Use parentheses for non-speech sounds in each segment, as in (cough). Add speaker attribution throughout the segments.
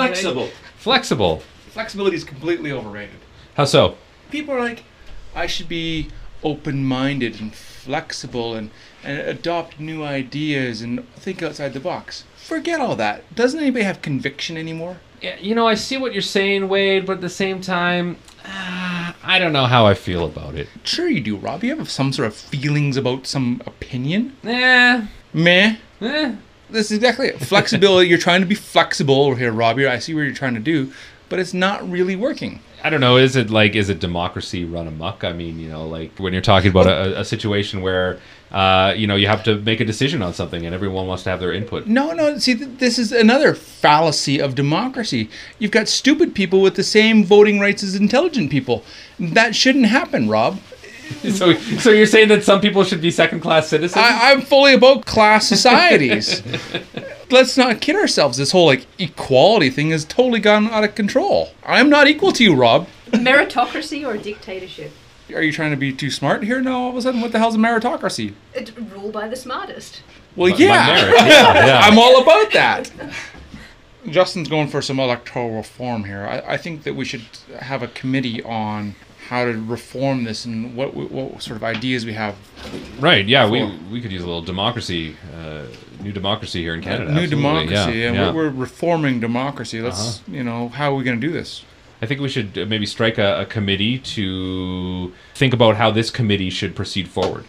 Speaker 1: Flexible.
Speaker 2: Flexible.
Speaker 1: Flexibility is completely overrated.
Speaker 2: How so?
Speaker 1: People are like, I should be open-minded and flexible and, and adopt new ideas and think outside the box. Forget all that. Doesn't anybody have conviction anymore?
Speaker 2: Yeah, you know, I see what you're saying, Wade, but at the same time, ah, I don't know how I feel about it.
Speaker 1: Sure you do, Rob. You have some sort of feelings about some opinion.
Speaker 2: Eh,
Speaker 1: Meh.
Speaker 2: eh.
Speaker 1: That's exactly it. Flexibility. (laughs) you're trying to be flexible over here, Robbie. I see what you're trying to do, but it's not really working.
Speaker 2: I don't know. Is it like is it democracy run amok? I mean, you know, like when you're talking about a, a situation where, uh, you know, you have to make a decision on something and everyone wants to have their input.
Speaker 1: No, no. See, th- this is another fallacy of democracy. You've got stupid people with the same voting rights as intelligent people. That shouldn't happen, Rob.
Speaker 2: (laughs) So, so you're saying that some people should be second class citizens?
Speaker 1: I, I'm fully about class
Speaker 2: (laughs)
Speaker 1: societies. Let's not kid ourselves. This whole like equality thing has totally gone out of control. I'm not equal to you, Rob.
Speaker 3: Meritocracy or dictatorship?
Speaker 1: Are you trying to be too smart here now? All of a sudden, what the hell's a meritocracy?
Speaker 3: It, rule by the smartest.
Speaker 1: Well,
Speaker 2: By- by
Speaker 1: yeah. (laughs)
Speaker 2: merit. yeah, yeah.
Speaker 1: I'm all about that. Justin's going for some electoral reform here. I, I think that we should have a committee on how to reform this and what we- what sort of ideas we have.
Speaker 2: Right. Yeah. We
Speaker 1: Cool.
Speaker 2: we could use a little democracy, uh, new democracy here in Canada.
Speaker 1: New
Speaker 2: absolutely.
Speaker 1: democracy,
Speaker 2: Yeah.
Speaker 1: and
Speaker 2: yeah. Uh-huh.
Speaker 1: We're, we're reforming democracy. Let's, you know, how are we going to do this?
Speaker 2: I think we should uh, maybe strike a, a committee to think about how this committee should proceed forward.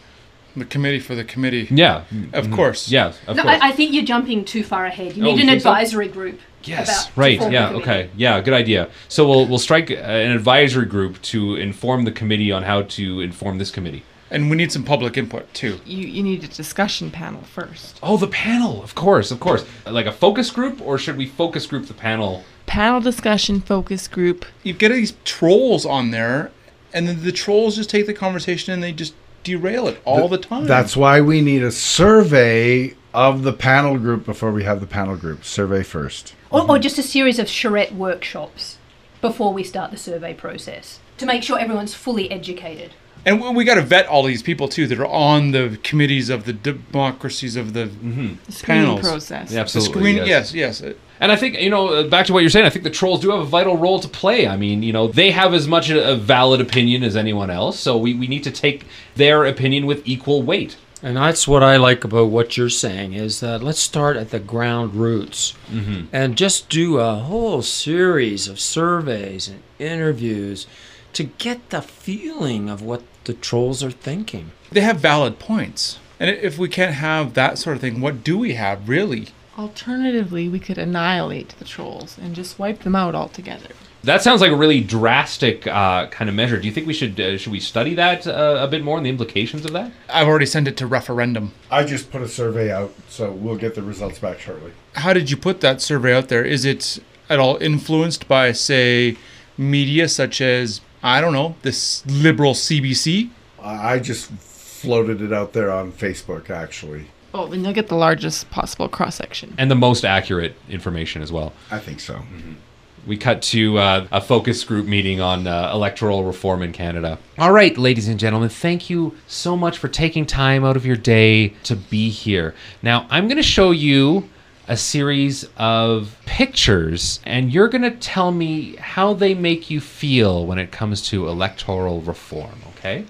Speaker 1: The committee for the committee,
Speaker 2: Yeah. Mm-hmm.
Speaker 1: of course.
Speaker 2: Yeah. Of
Speaker 3: No,
Speaker 2: course.
Speaker 3: I, I think you're jumping too far ahead. You
Speaker 2: Oh,
Speaker 3: need
Speaker 2: you
Speaker 3: an
Speaker 2: think so?
Speaker 3: advisory group.
Speaker 2: Yes.
Speaker 3: about- to
Speaker 2: Right.
Speaker 3: form a
Speaker 2: Yeah.
Speaker 3: committee.
Speaker 2: Okay. Yeah. Good idea. So we'll we'll strike uh, an advisory group to inform the committee on how to inform this committee.
Speaker 1: and we need some public input too.
Speaker 4: You, you need a discussion panel first.
Speaker 2: Oh, the panel. Of course. Of course. Like a focus group, or should we focus group the panel?
Speaker 4: Panel discussion focus group.
Speaker 1: You get these trolls on there, and then the trolls just take the conversation and they just derail it all the time.
Speaker 5: That's why we need a survey of the panel group before we have the panel group. Survey first.
Speaker 3: Or, or just a series of charrette workshops before we start the survey process to make sure everyone's fully educated.
Speaker 1: And we- we got to vet all these people too that are on the committees of the democracies of the
Speaker 4: The screening
Speaker 1: Panels.
Speaker 4: process.
Speaker 2: Yeah,
Speaker 1: the
Speaker 2: absolutely.
Speaker 1: screen. Yes, yes. Uh,
Speaker 2: And I think, you know, uh, back to what you're saying, I think the trolls do have a vital role to play. I mean, you know, they have as much a a valid opinion as anyone else, so we, we need to take their opinion with equal weight.
Speaker 6: And that's what I like about what you're saying is that let's start at the ground roots and just do a whole series of surveys and interviews to get the feeling of what the trolls are thinking.
Speaker 1: They have valid points. And i- if we can't have that sort of thing, what do we have really?
Speaker 4: Alternatively, we could annihilate the trolls and just wipe them out altogether.
Speaker 2: That sounds like a really drastic uh, kind of measure. Do you think we should uh, should we study that uh, a bit more and the implications of that?
Speaker 1: I've already sent it to referendum.
Speaker 5: I just put a survey out, so we'll get the results back shortly.
Speaker 1: How did you put that survey out there? Is it at all influenced by, say, media such as I don't know, this liberal CBC?
Speaker 5: I I just floated it out there on Facebook, actually.
Speaker 4: Well, then Oh, you'll get the largest possible cross section.
Speaker 2: And the most accurate information as well.
Speaker 5: I think so.
Speaker 2: We cut to uh, a focus group meeting on uh, electoral reform in Canada. All right, ladies and gentlemen, thank you so much for taking time out of your day to be here. Now, I'm going to show you a series of pictures, and you're going to tell me how they make you feel when it comes to electoral reform, okay?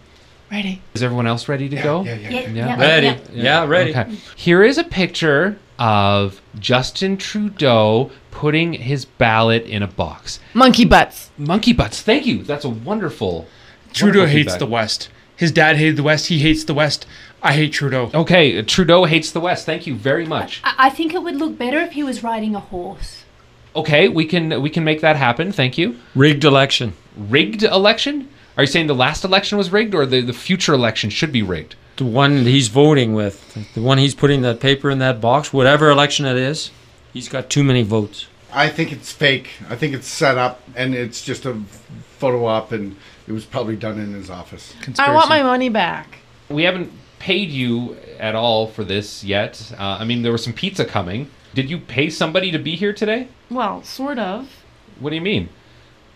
Speaker 4: Ready?
Speaker 2: Is everyone else ready to go? Yeah.
Speaker 6: Ready? Yeah, ready.
Speaker 2: Okay. Here is a picture of Justin Trudeau putting his ballot in a box.
Speaker 4: Monkey butts.
Speaker 2: Monkey butts. Thank you. That's a wonderful.
Speaker 1: Trudeau
Speaker 2: wonderful
Speaker 1: hates
Speaker 2: feedback.
Speaker 1: the West. His dad hated the West. He hates the West. I hate Trudeau.
Speaker 2: Okay, uh, Trudeau hates the West. Thank you very much.
Speaker 3: I, I think it would look better if he was riding a horse.
Speaker 2: Okay, we can we can make that happen. Thank you.
Speaker 6: Rigged election.
Speaker 2: Rigged election? Are you saying the last election was rigged, or the the future election should be rigged?
Speaker 6: The one he's voting with, the one he's putting that paper in that box, whatever election it is, he's got too many votes.
Speaker 5: I think it's fake. I think it's set up, and it's just a photo op, and it was probably done in his office.
Speaker 4: I want my money back.
Speaker 2: We haven't paid you at all for this yet. Uh, I mean, there was some pizza coming. Did you pay somebody to be here today?
Speaker 4: Well, sort of.
Speaker 2: What do you mean?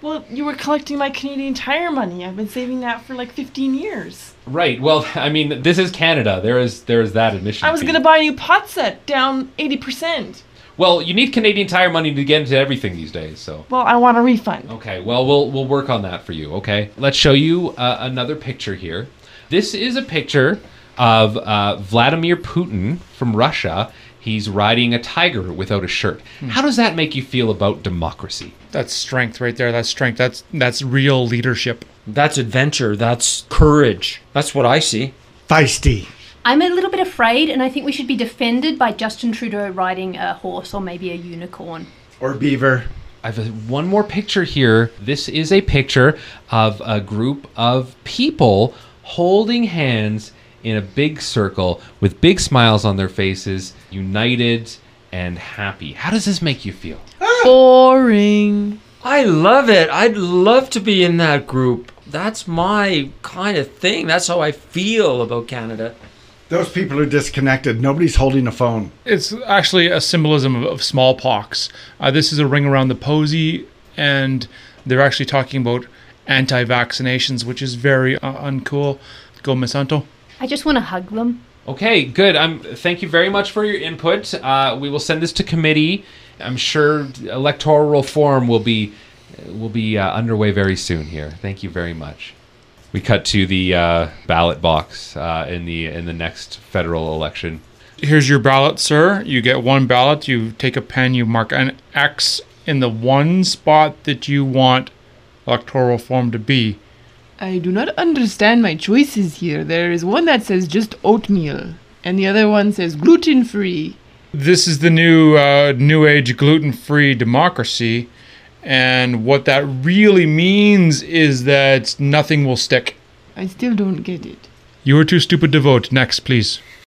Speaker 4: Well, you were collecting my Canadian Tire money. I've been saving that for like 15 years.
Speaker 2: Right. Well, (laughs) I mean, this is Canada. There is there is that admission.
Speaker 4: I was
Speaker 2: fee.
Speaker 4: gonna buy a new pot set, down 80%.
Speaker 2: Well, you need Canadian Tire money to get into everything these days, so.
Speaker 4: Well, I want a refund.
Speaker 2: Okay, well we'll we'll work on that for you. Okay, let's show you uh, another picture here. This is a picture of uh, Vladimir Putin from Russia. He's riding a tiger without a shirt. How does that make you feel about democracy?
Speaker 1: That's strength right there. That's strength. That's that's real leadership.
Speaker 6: That's adventure. That's courage. That's what I see.
Speaker 7: Feisty.
Speaker 3: I'm a little bit afraid, and I think we should be defended by Justin Trudeau riding a horse or maybe a unicorn.
Speaker 7: Or beaver.
Speaker 2: I've uh, one more picture here. This is a picture of a group of people holding hands in a big circle with big smiles on their faces, united and happy. How does this make you feel?
Speaker 4: Boring.
Speaker 6: I love it. I'd love to be in that group. That's my kind of thing. That's how I feel about Canada.
Speaker 5: Those people are disconnected. Nobody's holding a phone.
Speaker 1: It's actually a symbolism of, of smallpox. Uh, this is a ring around the posy, and they're actually talking about anti-vaccinations, which is very uh, uncool. Go Misanto.
Speaker 3: I just want to hug them.
Speaker 2: Okay, good. I'm. Thank you very much for your input. Uh, we will send this to committee. I'm sure electoral reform will be will be uh, underway very soon. Here, thank you very much. We cut to the uh, ballot box uh, in the in the next federal election.
Speaker 1: Here's your ballot, sir. You get one ballot. You take a pen. You mark an X in the one spot that you want electoral reform to be.
Speaker 4: I do not understand my choices here. There is one that says just oatmeal, and the other one says gluten free.
Speaker 1: this is the new uh, new age gluten-free democracy and what that really means is that nothing will stick
Speaker 4: I still don't get it.
Speaker 1: you are too stupid to vote next please